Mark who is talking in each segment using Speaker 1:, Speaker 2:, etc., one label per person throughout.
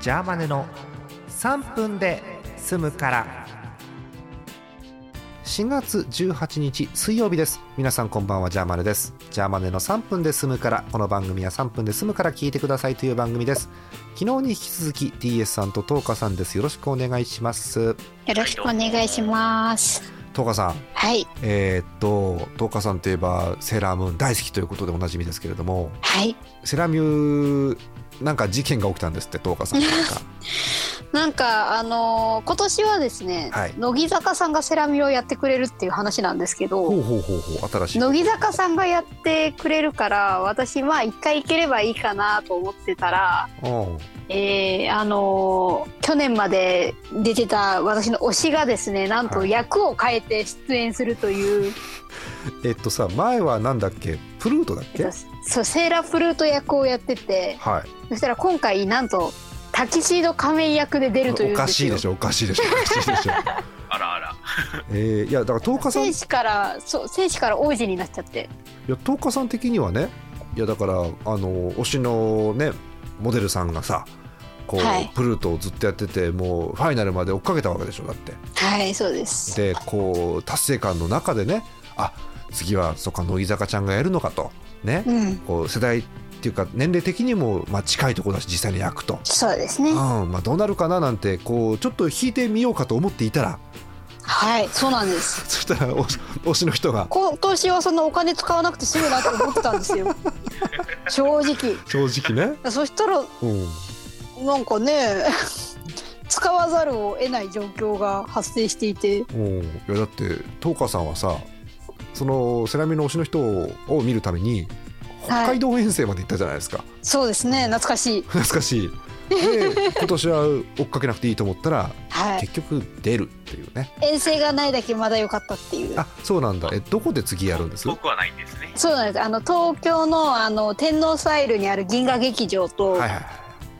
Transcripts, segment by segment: Speaker 1: ジャーマネの3分で済むから4月18日水曜日です皆さんこんばんはジャーマネですジャーマネの3分で済むからこの番組は3分で済むから聞いてくださいという番組です昨日に引き続き DS さんとトーカさんですよろしくお願いします
Speaker 2: よろしくお願いします。
Speaker 1: トーカさん
Speaker 2: はい、
Speaker 1: えーっとトーカさんといえばセーラームーン大好きということでおなじみですけれども
Speaker 2: はい。
Speaker 1: セラミューなんか事件が起きたんですってトーカさんなんか
Speaker 2: なんか、あのー今年はですね、
Speaker 1: はい
Speaker 2: 乃木坂さんがセラミをやってくれるっていう話なんですけ
Speaker 1: ほ
Speaker 2: ど、
Speaker 1: うほうほうほう新しい
Speaker 2: 乃木坂さんがやってくれるから、私、まあ、一回行ければいいかなと思ってたら、
Speaker 1: おう
Speaker 2: えー、あのー去年まで出てた私の推しがですね、なんと
Speaker 1: はい
Speaker 2: 役を変えて出演するという、
Speaker 1: えっとさ前はなんだっけプルートだっ
Speaker 2: え
Speaker 1: け
Speaker 2: っとそう、セーラープルート役をやってて、
Speaker 1: はい
Speaker 2: そしたら今回、なんと、タキシード仮面役で出るというん
Speaker 1: おか
Speaker 2: ですよ。
Speaker 1: しいでしょおかしいでしょおかしいでしょ
Speaker 3: あらあら。
Speaker 1: えー、いやだから十日さんい
Speaker 2: 戦士からそう戦士から王子になっちゃって
Speaker 1: や十日さん的にはねいやだからあの推しのねモデルさんがさこう、
Speaker 2: はい
Speaker 1: プルートをずっとやっててもうファイナルまで追っかけたわけでしょだって
Speaker 2: はいそうです
Speaker 1: でこう達成感の中でねあ次はそっか乃木坂ちゃんがやるのかとね
Speaker 2: うん
Speaker 1: こう世代っていうか年齢的にもまあ近いところだし実際に役と、
Speaker 2: そうです
Speaker 1: う
Speaker 2: ね
Speaker 1: んまあ、どうなるかななんてこうちょっと引いてみようかと思っていたら
Speaker 2: はいそうなんです
Speaker 1: そしたら推し推しの人が
Speaker 2: 今年はそんなお金使わなくて済むなと思ってたんで すよ正直
Speaker 1: 正直ね、
Speaker 2: そしたら
Speaker 1: うん、
Speaker 2: なんかね使わざるを得ない状況が発生していて
Speaker 1: おういやだって東川さんはさそのセラミの推しの人を見るために北海道遠征まで行ったじゃないですか、
Speaker 2: そうですね懐かしい
Speaker 1: 懐かしいで今年は追っかけなくていいと思ったら
Speaker 2: はい
Speaker 1: 結局出るっていうね
Speaker 2: 遠征がないだけまだ良かったっていう
Speaker 1: あそうなんだえどこで次やるんですは
Speaker 3: 僕はないんですね。
Speaker 2: そうなんですあの東京のあの天皇スタイルにある銀河劇場と、
Speaker 1: いはいはい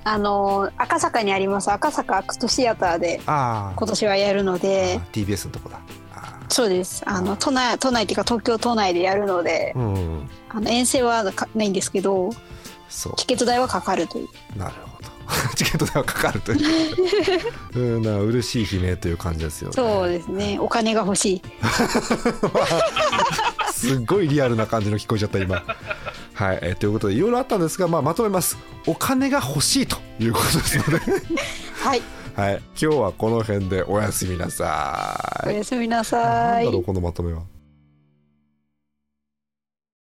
Speaker 2: あの赤坂にあります赤坂アクトシアターで
Speaker 1: あ
Speaker 2: 今年はやるの
Speaker 1: ー
Speaker 2: で
Speaker 1: あ TBS のとこだあ
Speaker 2: そうですあの都内都内っていうか東京都内でやるので
Speaker 1: ーうん
Speaker 2: あの遠征はかないんですけど
Speaker 1: そ
Speaker 2: チケット代はかかるという
Speaker 1: うなるほど チケット代はかかるといううんな嬉しい悲鳴という感じですよね
Speaker 2: そうですねお金が欲しい
Speaker 1: すっごいリアルな感じの聞こえちゃった今。はい、えーということでいろいろあったんですが、まあ、まとめますお金が欲しいということですので、
Speaker 2: はい
Speaker 1: はい、今日はこの辺でおやすみなさ
Speaker 2: お
Speaker 1: い。
Speaker 2: やすみなさ
Speaker 1: なん
Speaker 2: い
Speaker 1: だろうこのまとめは